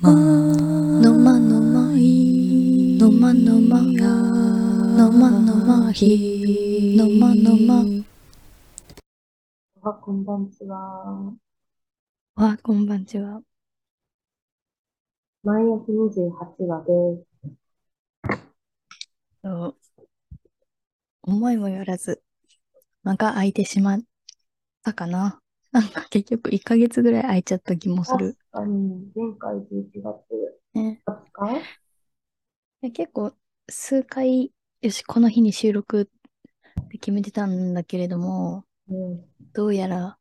まのまのまいのまのまのまのまひのまのまおはこんばんちは。おはこんばんちは毎朝28話です。そう思いもよらず間が空いてしまったかななんか結局1ヶ月ぐらい空いちゃった気もする、あの、前回11月ね、 20日で結構数回よしこの日に収録って決めてたんだけれどもうん。どうやら、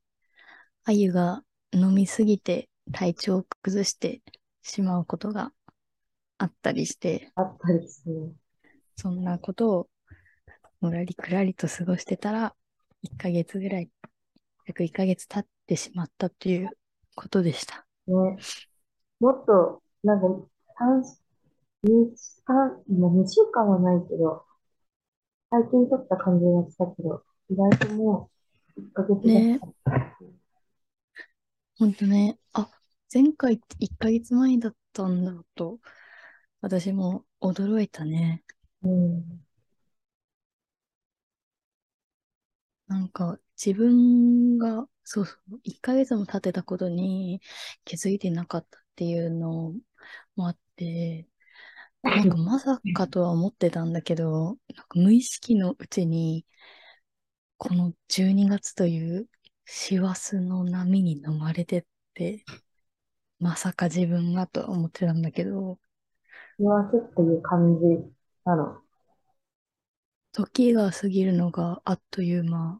あゆが飲みすぎて体調を崩してしまうことがあったりして、あったりすね。そんなことをのらりくらりと過ごしてたら、1ヶ月ぐらい、約1ヶ月経ってしまったということでした。ね。もっと、なんか、三二三今2週間はないけど、最近撮った感じがしたけど、意外ともう1ヶ月ぐらいねほんとね、あ、前回って1ヶ月前だったんだと、私も驚いたね。うん。なんか自分が、そうそう、1ヶ月も経ってたことに気づいてなかったっていうのもあって、なんかまさかとは思ってたんだけど、なんか無意識のうちに、この12月という師走の波に飲まれてって、まさか自分がとは思ってたんだけど、幸せっていう感じなの。時が過ぎるのがあっという間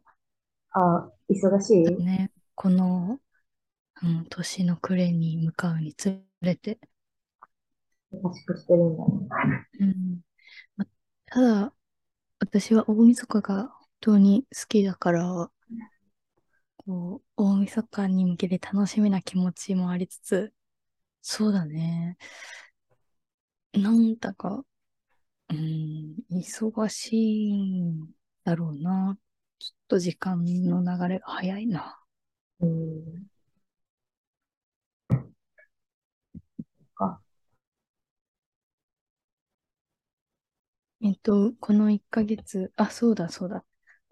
あ、忙しいだね。この、うん、年の暮れに向かうにつれて。忙しくしてるんだね。うんまただ、私は大晦日が本当に好きだから、こう、大晦日に向けて楽しみな気持ちもありつつ、そうだね。なんだか、うん、忙しいんだろうな。ちょっと時間の流れが早いな。うん。えっと、この1ヶ月、あ、そうだそうだ。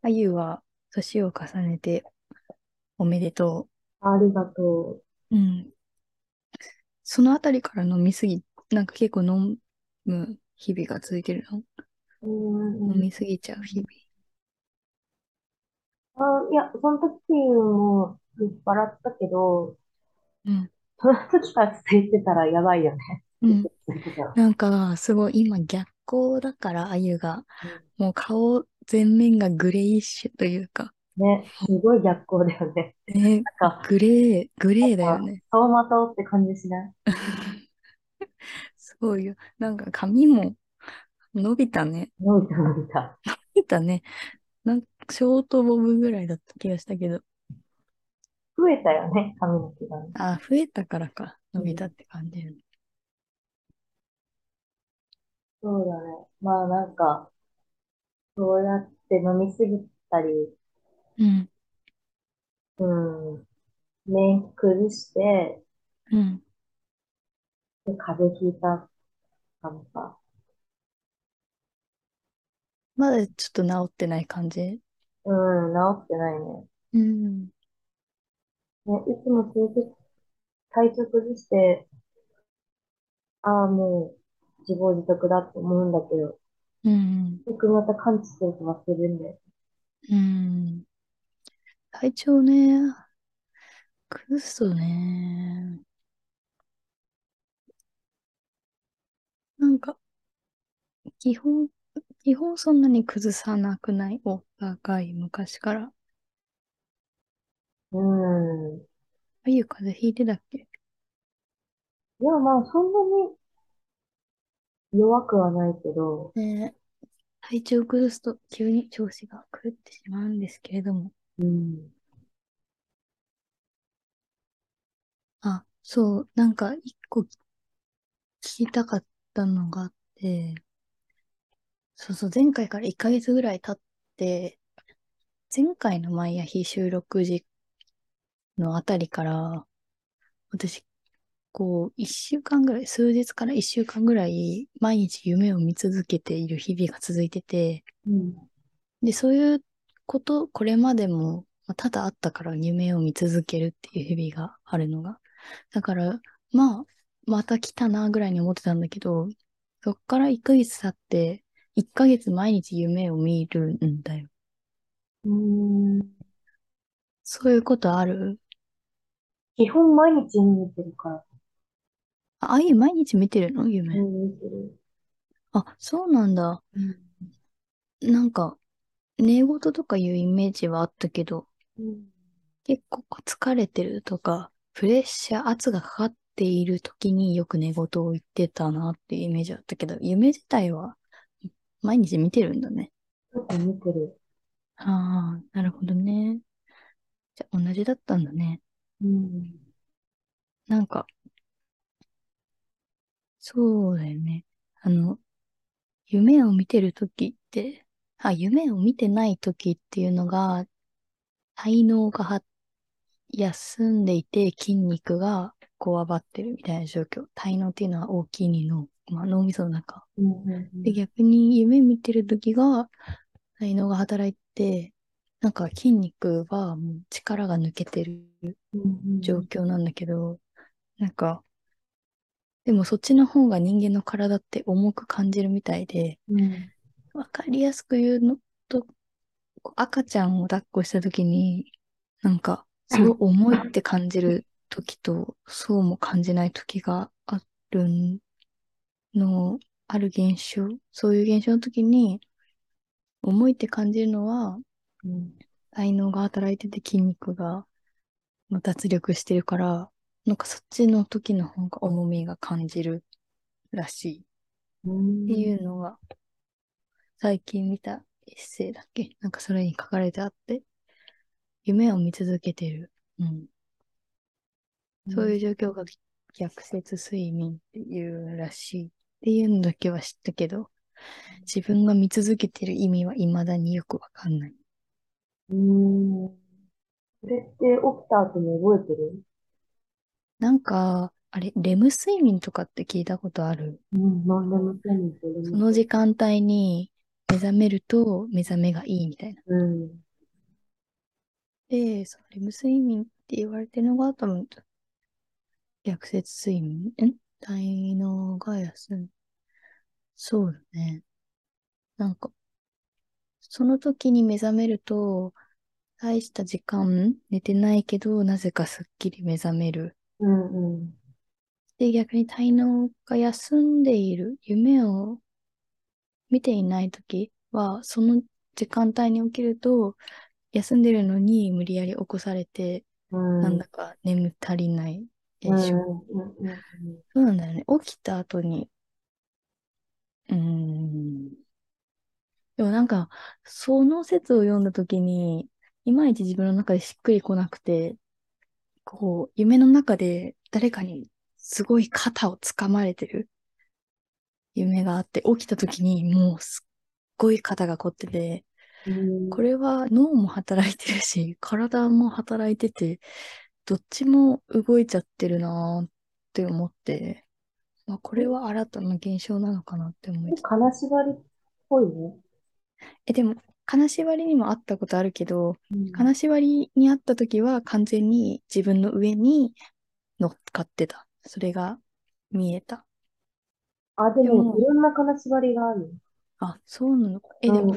あゆは年を重ねておめでとありがとう。うん。そのあたりから飲みすぎ、なんか結構飲む日々が続いてるのう。うん。飲みすぎちゃう日々。あ、いや、その時も酔っ払ったけど、うん。その時から続いてたらやばいよね。うん。続いてたらなんか、すごい今逆光だから、あゆが。もう顔全面がグレイッシュというか、ね、すごい逆光だよね。ね、なんか、グレー、グレーだよね。走馬灯って感じしないすごいよ。なんか髪も伸びたね。伸びた伸びた。見たね。なんかショートボブぐらいだった気がしたけど、増えたよね、髪の毛がね。あ、増えたからか、伸びたって感じ。そうだね。まあなんか、そうやって飲みすぎたり、うん、うん、免疫崩して、うん、で風邪ひいたかもさ。まだちょっと治ってない感じ。うん、治ってないね。うん、ね、いつも続く、体調崩して、ああ、もう自業自得だと思うんだけど、うん、よくまた感知すると忘れるんだよ。うん。体調ね、崩すとね、なんか、基本、基本そんなに崩さなくないお互い昔から。うーん。あゆ風邪ひいてたっけいや、まあ、そんなに弱くはないけど、ねえ、体調を崩すと急に調子が狂ってしまうんですけれども。うん。あ、そう、なんか一個聞きたかったのがあって、そうそう、前回から1ヶ月ぐらい経って、前回の毎朝収録時のあたりから、私、構一週間ぐらい、数日から一週間ぐらい毎日夢を見続けている日々が続いてて、うん。で、そういうこと、これまでも、まあただあったから夢を見続けるっていう日々があるのが。だから、まあ、また来たなぐらいに思ってたんだけど、そっから1ヶ月経って、1ヶ月毎日夢を見るんだよ。うーん。そういうことある基本毎日見てるから、ああいう毎日見てるの夢。見てる。あ、そうなんだ。うん。なんか、寝言とかいうイメージはあったけど、うん。結構こう疲れてるとか、プレッシャー、圧がかかっている時によく寝言を言ってたなっていうイメージあったけど、夢自体は毎日見てるんだね。よく見てる。ああ、なるほどね。じゃあ同じだったんだね。うん。なんか、そうだよね。あの、夢を見てる時って、あ、夢を見てない時っていうのが、才能がは休んでいて筋肉がこわばってるみたいな状況。体能っていうのは大きいにの、まあ、脳みその中。うんうんで、逆に夢見てる時が、才能が働いて、なんか筋肉はもう力が抜けてるうん。うん状況なんだけど、なんか、でもそっちの方が人間の体って重く感じるみたいで、うん。わかりやすく言うのと、こう赤ちゃんを抱っこした時に、なんか、そう重いって感じる時と、そうも感じない時があるの、ある現象、そういう現象の時に、重いって感じるのは、うん。才能が働いてて筋肉がまあ脱力してるから、なんかそっちの時の方が重みが感じるらしうん。いっていうのが、最近見たエッセイだっけなんかそれに書かれてあって、夢を見続けてる。うん。そういうう状況が逆説睡眠っていうらしいっていうのだけは知ったけど、自分が見続けてる意味は未だによくわかんない。ん。うん。それって起きた後に覚えてるなんか、あれ、レム睡眠とかって聞いたことあるうん。何でも手に入れる。その時間帯に目覚めると目覚めがいいみたいな。うん。で、そのレム睡眠って言われてるのが多分、逆説睡眠ん大脳が休む。そうだね。なんか、その時に目覚めると、大した時間寝てないけど、なぜかすっきり目覚める。うんうん。で、逆に体能が休んでいる、夢を見ていないときは、その時間帯に起きると、休んでるのに無理やり起こされて、うん。なんだか眠足りない現うん象。うんうんうんそうなんだよね。起きた後に、うーん。でもなんか、その説を読んだときに、いまいち自分の中でしっくりこなくて、こう、夢の中で誰かにすごい肩をつかまれてる夢があって、起きたときにもうすっごい肩が凝ってて、うん。これは脳も働いてるし、 体も働いてて、どっちも動いちゃってるなーって思って、まあ、これは新たな現象なのかなって思いつつ。金縛りっぽいね。え、でも、金縛りにもあったことあるけど、うん金縛りにあった時は完全に自分の上に乗っかってた。それが見えた。あ、ででも、もいろんな金縛りがある。あ、そうなのか。え、うでんも、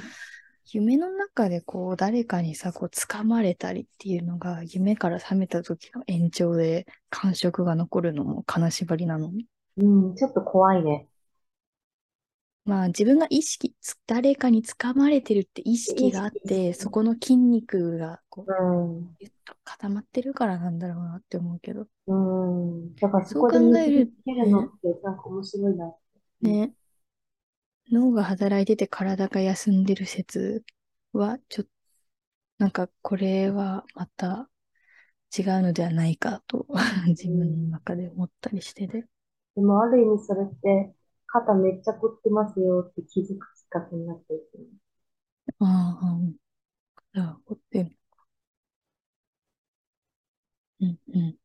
夢の中でこう、誰かにさ、こう、掴まれたりっていうのが、夢から覚めた時の延長で感触が残るのも金縛りなの。うん、ちょっと怖いね。まあ自分が意識つ、誰かに掴まれてるって意識があっ意識て、そこの筋肉がこう、うん。ぎゅっと固まってるからなんだろうなって思うけど。うん。だからそそうこで考見えるつけるのって、なんか面白いな。うんね。脳が働いてて体が休んでる説は、ちょっと、なんかこれはまた違うのではないかと、 自分の中で思ったりしてて。でも、ある意味それって、肩めっちゃ凝ってますよって気づくきっかけになっていく。ああ、うん。じゃあ、怒ってる。うんうん。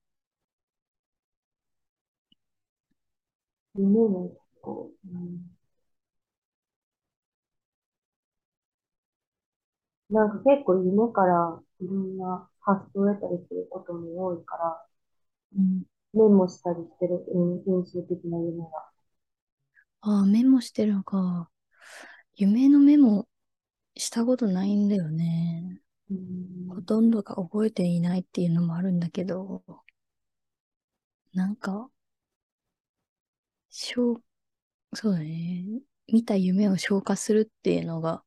夢がこう、うんなんか結構夢からいろんな発想を得たりすることも多いから、うんメモしたりしてる、うん、印象的な夢が。ああ、メモしてるのか。夢のメモしたことないんだよね。うほん、とんどが覚えていないっていうのもあるんだけど、なんか、消、そうだね。見た夢を消化するっていうのが、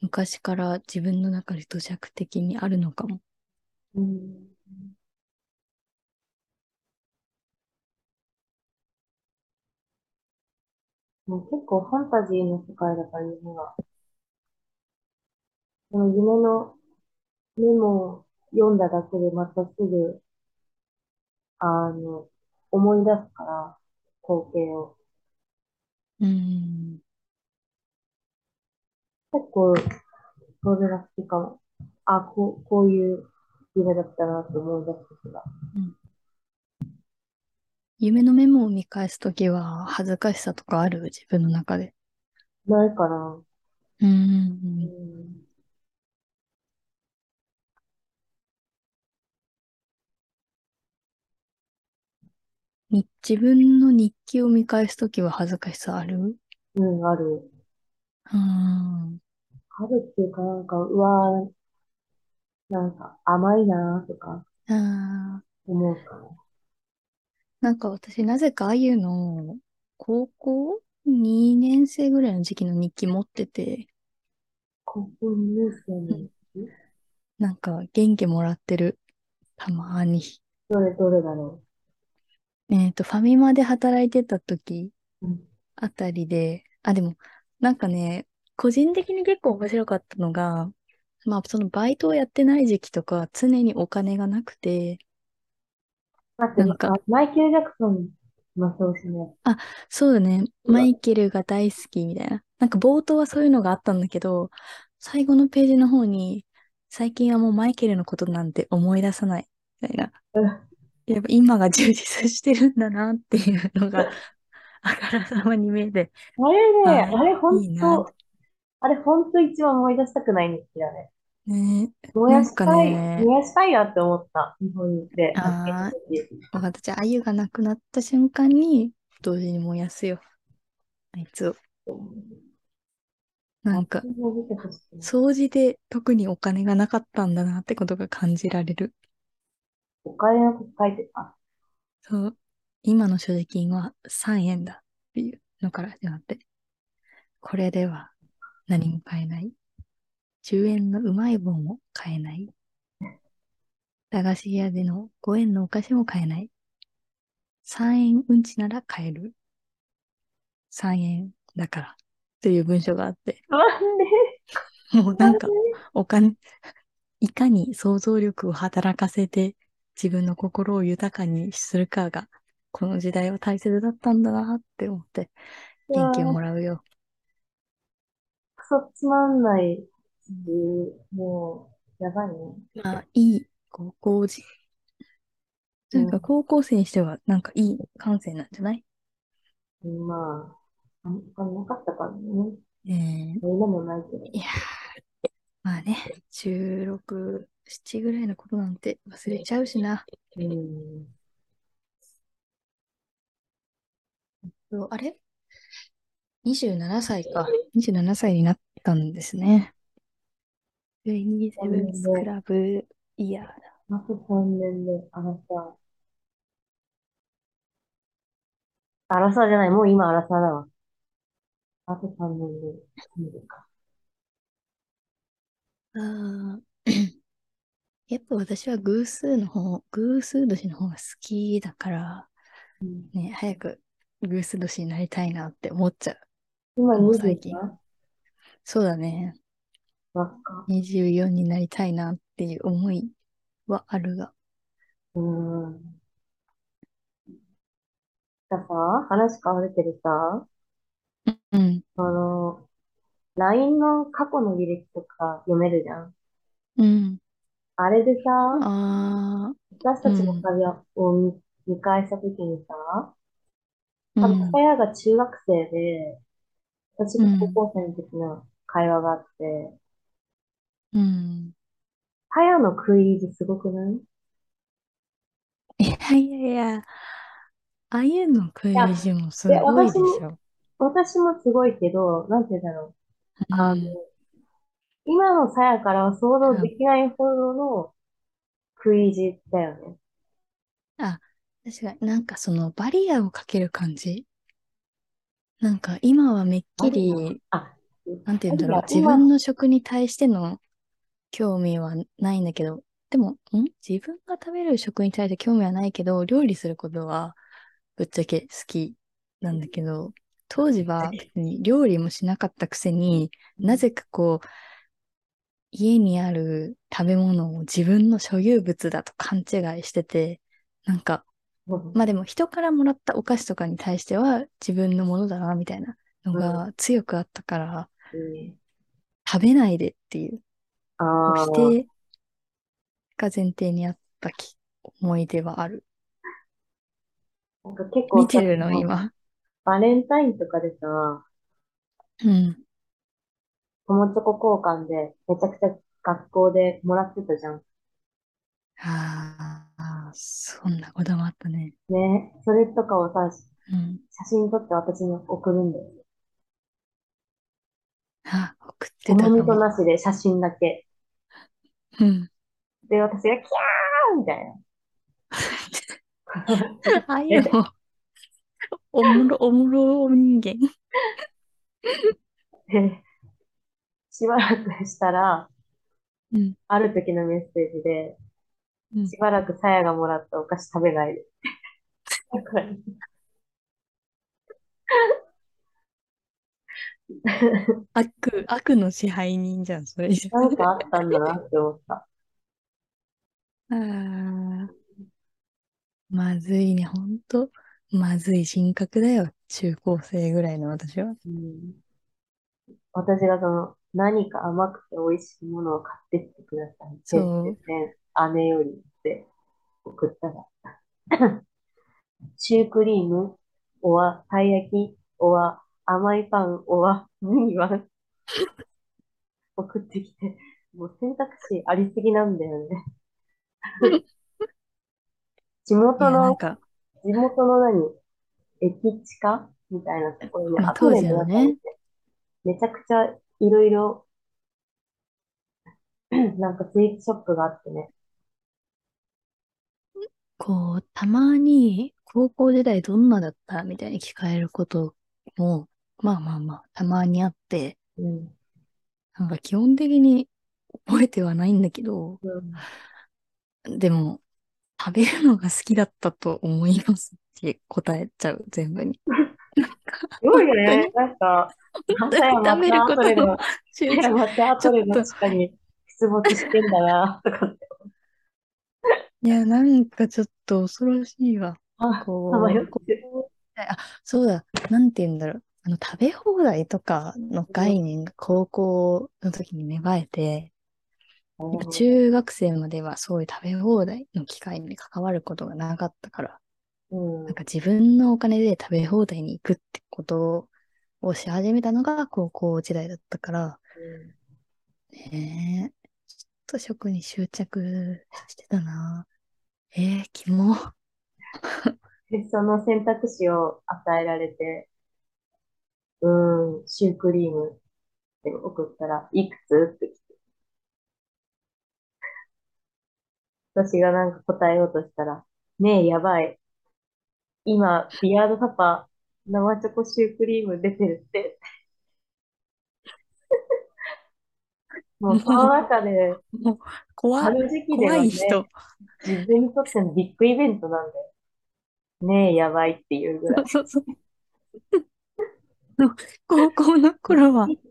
昔から自分の中で土着的にあるのかも。うん、もう結構ファンタジーの世界だから夢が。その夢のメモを読んだだけでまたすぐ、あの、思い出すから、光景を。うん。結構、それが好きかも。あ、こう、こういう夢だったなと思い出す時が。うん夢のメモを見返すときは恥ずかしさとかある自分の中で。ないかな。うん。ううんん。に自分の日記を見返すときは恥ずかしさあるうん、ある。うん。あるっていうかなんか、うわー、なんか甘いなーとかあー思うかな。なんか私、なぜかあゆの高校2年生ぐらいの時期の日記持ってて、高校2年生うのん時なんか元気もらってる。たまに。どれどれだろえっと、ファミマで働いてた時う。うん。あたりで、あ、でも、なんかね、個人的に結構面白かったのが、まあ、そのバイトをやってない時期とか、常にお金がなくて、待って、なんまか、あ、マイケル・ジャクソンの表紙のやあ、そうだね。つマだ。イケルが大好きみたいな。なんか冒頭はそういうのがあったんだけど、最後のページの方に、最近はもうマイケルのことなんて思い出さない。みたいな。うんやっぱ今が充実してるんだなっていうのが、あからさまに見えて、あれね、あああ、れほいんいなって。と、あれほんと一番思い出したくない日記だね。ねえ、燃なやんしかたい、ね、燃やしたいなって思った。日本で発見しあた時。あ、わかった。じゃあ、あゆがなくなった瞬間に、同時に燃やすよ。あいつを。なあ、んか、そんな出てほしくない。掃除で特にお金がなかったんだなってことが感じられる。お金のこと書いてた。そう。今の所持金は3円だっていうのから始まって、これでは何も買えない。10円のうまい棒も買えない。駄菓子屋での5円のお菓子も買えない。3円うんちなら買える。3円だから。という文章があって、なんでもうなんなんか、お金、いかに想像力を働かせて自分の心を豊かにするかが、この時代は大切だったんだなって思ってで元気をもわらうよ。クソつまんないし、うんもう、やばいね。まあ、いい高校時、とういうかん。高校生にしてはなんかいい感性なんじゃないまあ、あんまなかったからね。えー、俺でもないけど。いやまあね、16、7ぐらいのことなんて忘れちゃうしな。うん。そうあれ ?27 歳か。27歳になったんですね。 3 27年スクで、ラブイヤーだ。あと3年で、アラサー。アラサーじゃない、もう今アラサーだわ。あと3年で、見るか。あー やっぱ私は偶数の方、偶数年の方が好きだから、うん、ね、早く偶数年になりたいなって思っちゃ今う。もう最近。 23? そうだね。若。 24になりたいなっていう思いはあるが。うん。ださ、話変わるけどさ、うん、あの、LINE の過去の履歴とか読めるじゃん。うん。あれでさ、ああ、私うたちのん、会話を見、見返したときにさ、うあんの、親が中学生で、私が高校生の時の会話があって、うん。タヤの食い意地すごくないいいやい やいや、ああいうの食い意地もすや、ごいで私しも、ょ。私もすごいけど、なんて言うんだろう。うあの、ん。今のさやからは想像あできないほどの食い意地だよね。あ、確かになんかそのバリアをかける感じ。なんか今はめっあきるり、あ、なんて言うんだろう、あ自今、分の食に対しての興味はないんだけど、でも、ん自分が食べる食に対して興味はないけど、料理することはぶっちゃけ好きなんだけど、当時は別に料理もしなかったくせになぜかこう、家にある食べ物を自分の所有物だと勘違いしてて、なんか、まあでも人からもらったお菓子とかに対しては自分のものだなみたいなのが強くあったから食べないでっていうあこうあ否ー、定が前提にあったき思い出はある。なんか結見構さ、てるの今。バレンタインとかでさ、うん。友チョコ交換でめちゃくちゃ学校でもらってたじゃん。ああ、そんなこともあったね。ね、それとかをさ、うん。写真撮って私に送るんだよ。あ、送ってた重かみとも。なしで写真だけ。うん。で、私がキャーみたいな。ああいえうの、おもろ、おもろ人間。で、しばらくしたら、うん。ある時のメッセージで、うんしばらくさやがもらったお菓子食べないで。 だから悪、悪の支配人じゃん、それじゃ。なんかあったんだなって思った。あーまずいね、ほんと。まずい人格だよ、中高生ぐらいの私は。うん私がその、何か甘くて美味しいものを買ってきてください。てんてそんう。てん姉よりって送ったら、シュークリーム、おわ、たい焼き、おわ、甘いパン、おわ、ミニワン 送ってきて、もう選択肢ありすぎなんだよね。地い元や、なんの、か、地元の何、駅地下みたいなところにまあ溢当れ時てのたりね、て、めちゃくちゃいろいろ、 なんかスイーツショップがあってね、こう、たまに高校時代どんなだったみたいに聞かれることも、まあまあまあ、たまにあって、うんなんか基本的に覚えてはないんだけど、うんでも、食べるのが好きだったと思いますって答えちゃう、全部に。なんか、すご本いよ当ね。に、なんか、本当まにたや食まべるたこと後でのの、集またや中、またち後ょっでのと、確かに出没してんだな、とかって。いや、なんかちょっと恐ろしいわ。あ、さまこよう、っこてる。う、あ、そうだ、なんて言うんだろう。あの、食べ放題とかのうん概念が高校の時に芽生えて、ななんるかほど。中学生まではそういう食べ放題の機会に関わることがなかったから、うなんん。か自分のお金で食べ放題に行くってことをし始めたのが高校時代だったから、うんねえ、ちょっと食に執着してたな。えー、キモ。で、その選択肢を与えられて、うーん、シュークリームって送ったら、いくつって来て、私がなんか答えようとしたら、ねえ、やばい。今、ビアードパパ、生チョコシュークリーム出てるって。 もうそのも中で、う、もう、あ怖、の時期で怖はいね、人。自分にとってのビッグイベントなんだよ。ねえ、やばいっていうぐらそい。 うそうそう。 高校の頃は、一緒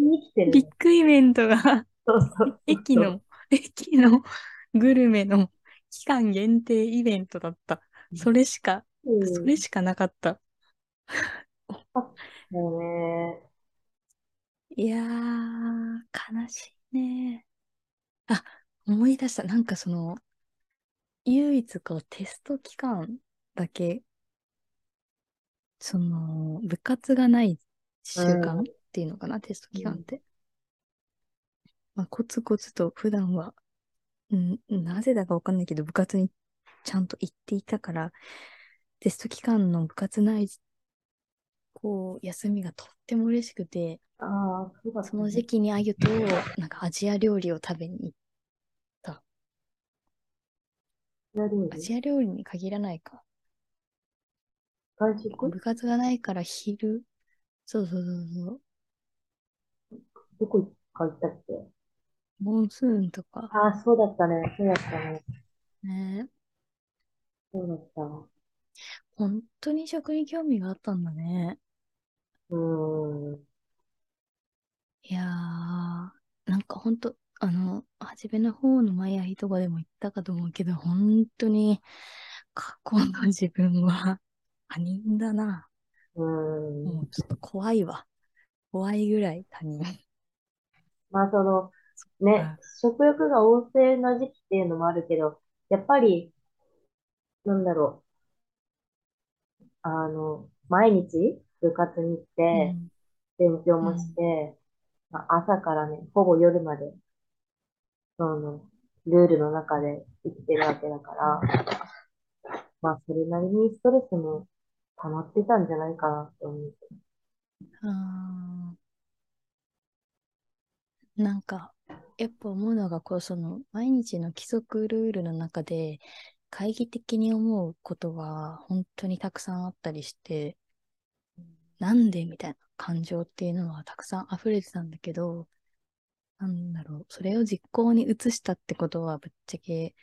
に生きてるビッね。グイベントが、そうそうそう駅そう。の、駅のグルメの期間限定イベントだった。それしか、うそれん。しかなかった。あ、だよね。いやー、悲しいね。あ、思い出した。なんかその、唯一こうテスト期間だけその、部活がない週間うっていうのかな、テスト期間うっんて。まあ、コツコツと普段は、うん、なぜだかわかんないけど、部活にちゃんと行っていたから、テスト期間の部活ない、こう、休みがとっても嬉しくて、ああ、そうだったその時期にあゆと、なんかアジア料理を食べに行っね。料ア理ジア料理に限らないか。外食部活がないから昼、そうそうそうそう、どこか行ったっけモンスーンとか、ああ、そうだったね。そうだったね。ね、そうだっ本当に食に興味があったんだね。た。うーん。いやー、なんか本当、あの、初めの方のマヤヒとかでも言ったかと思うけど、本当に過去の自分は他人だな。うーもん。うちょっと怖いわ。怖いぐらい他人。まあ、その、ね、食欲が旺盛な時期っていうのもあるけど、やっぱり、なんだろう、あの、毎日部活に行っうて、ん、勉強もして、まあ、朝からね、ほぼ夜まで、その、ルールの中で生きてるわけだから、まあ、それなりにストレスも溜まってたんじゃないかなって思う。あーなんか、やっぱ思うのが、こう、その、毎日の規則ルールの中で、懐疑的に思うことは、本当にたくさんあったりして、なんでみたいな感情っていうのはたくさん溢れてたんだけど、なんだろう、それを実行に移したってことは、ぶっちゃけ、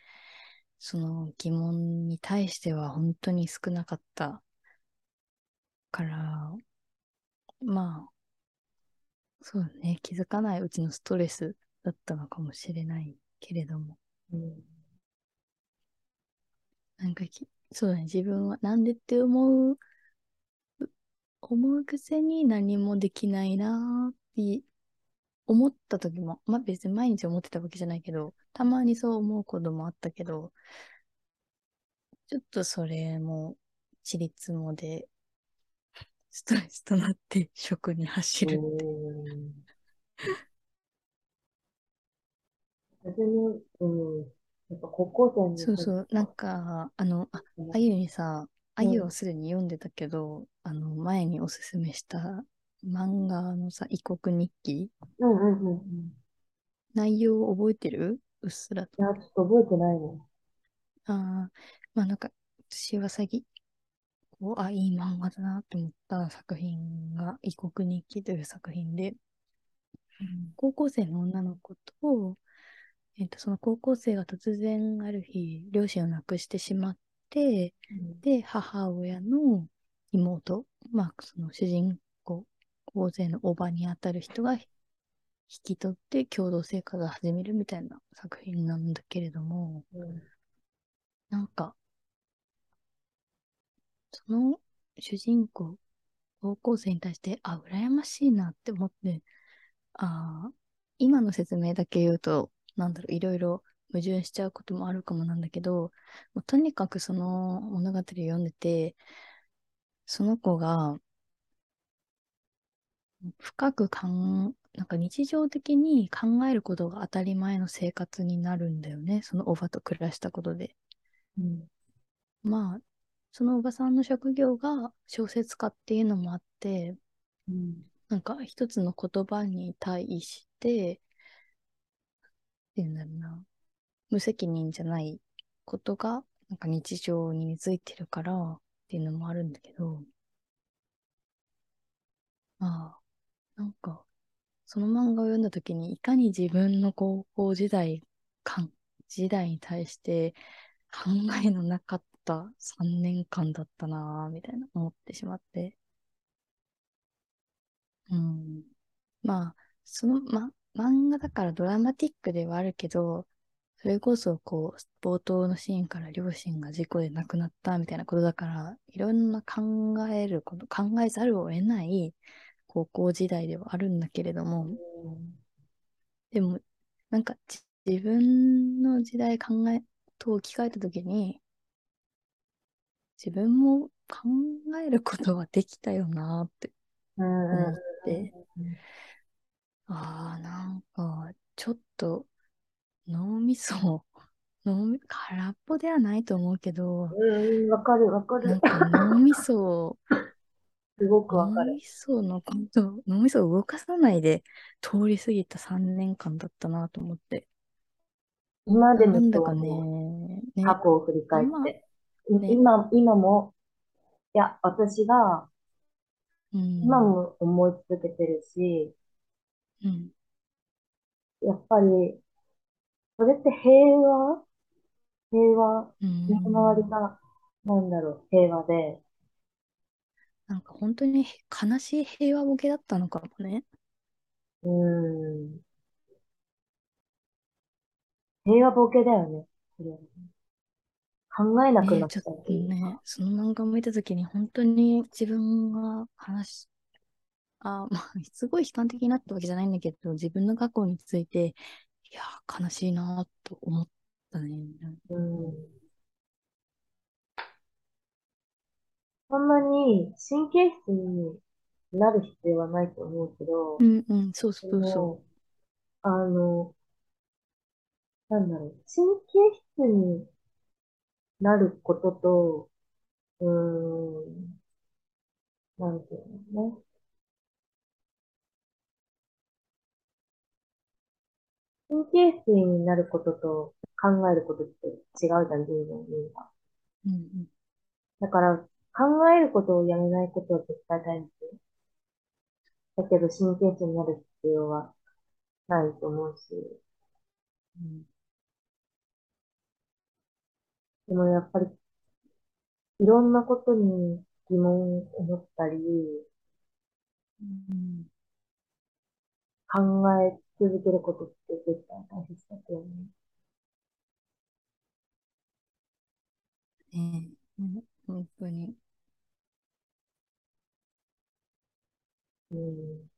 その疑問に対しては本当に少なかったから、まあ、そうだね、気づかないうちのストレスだったのかもしれないけれども、うんなんかき、そうだね、自分はなんでって思う、思うくせに何もできないなーって思った時も、まあ別に毎日思ってたわけじゃないけど、たまにそう思うこともあったけど、ちょっとそれも、ちりつもで、ストレスとなって食に走る。うん私も、うん、やっぱ高校生そうのそう、なんか、あの、あ、あゆにさ、あゆをすでに読んでたけど、あの、前におすすめした漫画のさ、異国日記、うんうんうんうん。内容覚えてるうっすらと。いや、ちょっと覚えてないの。ああ、まあなんか、私は最近、こう、あ、いい漫画だなって思った作品が、異国日記という作品で、高校生の女の子と、えっと、その高校生が突然ある日、両親を亡くしてしまって、で、母親の妹、まあ、その主人公、高校生のおばにあたる人が引き取って共同生活を始めるみたいな作品なんだけれども、うんなんか、その主人公、高校生に対して、あ、羨ましいなって思って、あー今の説明だけ言うと、なんだろう、いろいろ矛盾しちゃうこともあるかもなんだけど、もうとにかくその物語を読んでて、その子が、深く考ん、なんか日常的に考えることが当たり前の生活になるんだよね、そのおばと暮らしたことで。うんまあ、そのおばさんの職業が小説家っていうのもあって、うんなんか一つの言葉に対して、っていうんだろうな、無責任じゃないことが、なんか日常に根付いてるからっていうのもあるんだけど、まあ、なんか、その漫画を読んだ時に、いかに自分の高校時代間、時代に対して考えのなかった3年間だったなぁ、みたいな思ってしまって。うん。まあ、その、ま、漫画だからドラマティックではあるけど、それこそ、こう、冒頭のシーンから両親が事故で亡くなったみたいなことだから、いろんな考えること、考えざるを得ない高校時代ではあるんだけれども、でも、なんかじ自分の時代考えと置き換えたときに、自分も考えることはできたよなってうん思っうてうん、ああ、なんか、ちょっと、脳みそ、 脳み、空っぽではないと思うけど、んうん、わかるわかなんる。か脳みそを、すごく わか脳る。みそのこと、脳みそを動かさないで通り過ぎた3年間だったなと思って。今でなもんだそうかね思う、ね、過去を振り返っねて。今、今も、いや、私がうん、今も思い続けてるし、うん、やっぱり、それって平和平和。うん身の回りが、なんだろう、平和で。なんか本当に悲しい平和ボケだったのかもね。うーん。平和ボケだよね。それ考えなくねなえっちたょっってというか。ね、その漫画を見たときに本当に自分が話し、あ、 まあ、すごい悲観的になったわけじゃないんだけど、自分の過去について、いやー、悲しいなーと思ったね。うん。そんなに神経質になる必要はないと思うけどう、んうん、そうそでうそも、あの、なんだろう、神経質になることと、うーん、なんていうのね。神経質になることと考えることって違うじゃん、人の意味が。う。うんうん、だから、考えることをやめないことは絶対大事。だけど、神経質になる必要はないと思うし、うんでもやっぱり、いろんなことに疑問を持ったり、うん考え続けることって絶対大切だと思う。ねえ、うん本当に。うん。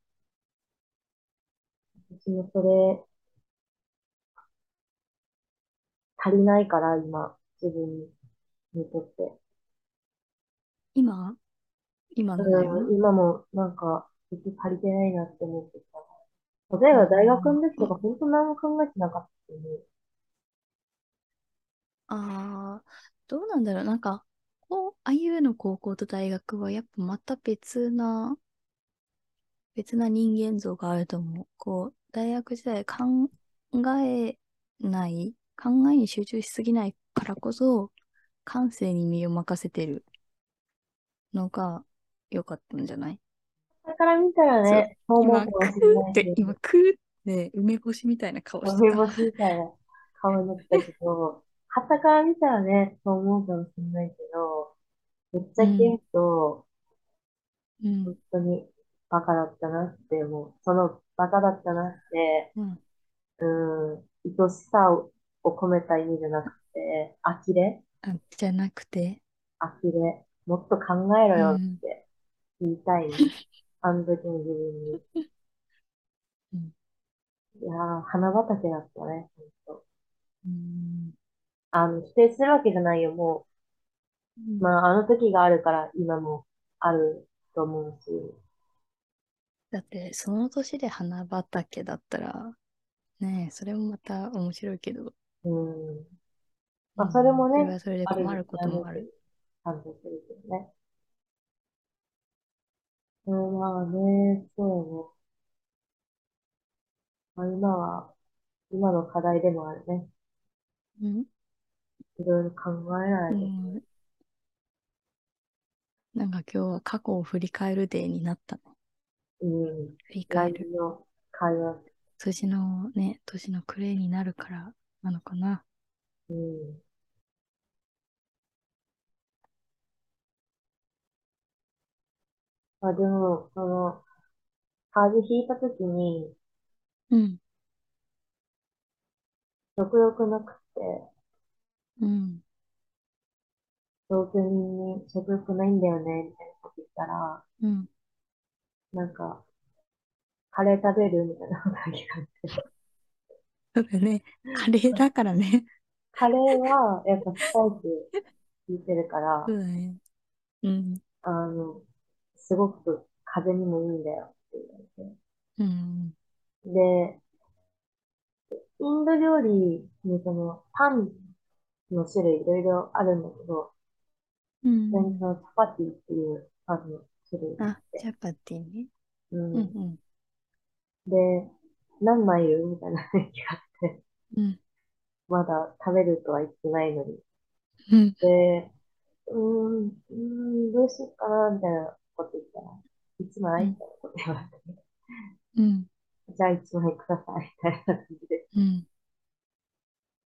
私もそれ、足りないから、今、自分にとって。今今のね、うん、今もなんか、ずっと足りてないなって思ってた。例えば大学の時とか本当何も考えてなかったのに。ああ、どうなんだろう。なんか、こう、ああいうの高校と大学はやっぱまた別な、別な人間像があると思う。こう、大学時代考えない、考えに集中しすぎないからこそ、感性に身を任せてるのが良かったんじゃないだから見たらね、そう思今、うクかもしれーなっいて、今、し、クーって、梅干しみたいな顔して梅た。干しみたいな顔になったけど、傍から見たらね、そう思うかもしれないけど、ぶっちゃけ言うと、うん本、当にバカだったなって、もう、そのバカだったなって、うん、うん、愛しさを込めた意味じゃなくて、呆れあ、じゃなくて、呆れ、もっと考えろようんって言いたいね。あの時の自分に。うんいやー、花畑だったね、ほんと。うん、あの、否定するわけじゃないよ、もう。まあ、あの時があるから、今もあると思うし。だってその年で花畑だったらねえそれもまた面白いけど、うん。まあ、それもうんそれね、はそれである困ることもある。。感動するけどね。うん、まあね、そうね。まあ、今は、今の課題でもあるね。うん、いろいろ考えなういと。んなんか今日は過去を振り返るデーになったねうん。振り返 LINE るの会話。年のね年の暮れになるからなのかなうん。あ、でも、その、風邪ひいたときに、うん食欲なくて、うん同居人に食欲ないんだよね、みたいなこと言ったら、うんなんか、カレー食べるみたいなこと言われて。そうだねカレーだからねカレーは、やっぱスパイス効いてるから、そうだねうん。あの、すごく風邪にもいいんだよって言わうん。れて。で、インド料理にそのパンの種類いろいろあるんだけど、うそれにん。そのチャパティっていうパンの種類があっあ、て、チャパティね。ううんん、うん。で、何枚いるみたいな雰囲気があって、うん。まだ食べるとは言ってないのに。うん。で、うーん、うーん、どうしようかな、みたいなこと言ったら、一枚うんみたいなこと言われて、うん。じゃあ一枚ください、みたいな感じで、うん。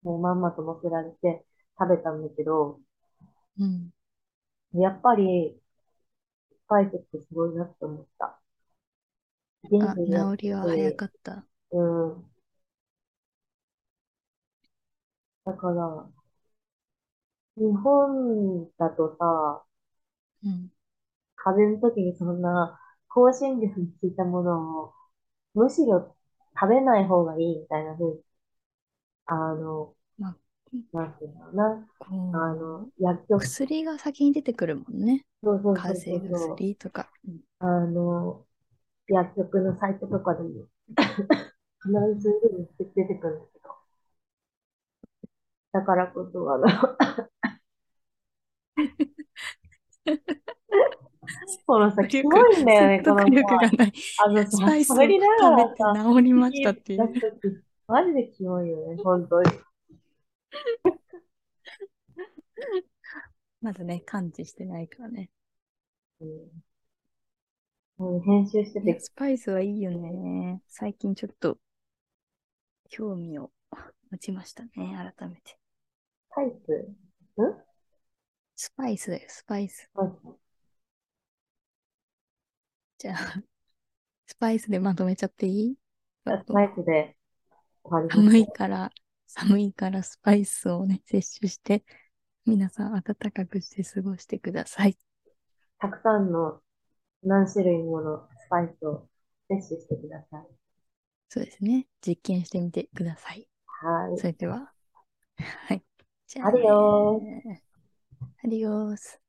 もうまんまと乗せられて食べたんだけど、うん。やっぱり、スパイスってすごいなって思った。元あ、気にな治っりは早て、かった。うん。だから、日本だとさ、うん。風邪の時にそんな香辛料に効いたものをむしろ食べない方がいいみたいな風に、あの、まあ、なんていうのかな、あこの、う、薬局、薬が先に出てくるもんね。そうそうそう風そう邪そう、薬とか。うんあの、薬局のサイトとかでも必ず出てくるんだけど、だからこ そ、あの、このさ、説キ得モいんだよね、説この得力がさ、ない。あのスパイさ、スを喋りなが食べらてさ、治りましたってい出う。すとき、マジでキモいよね、本当に。まだね、感知してないからね。うん、編集していや、て、スパイスはいいよね。最近ちょっと興味を持ちましたね、改めて。タイプんスパイスだよ、スパイス。あじゃあ、スパイスでまとめちゃっていいちょっあとタイプで終わりま寒しいから、寒いからスパイスをね、摂取して、皆さん暖かくして過ごしてください。た。たくさんの何種類ものスパイスを摂取してください。そうですね。実験してみてください。はい。それでは。はい。じゃあ、アディオね。アディオス。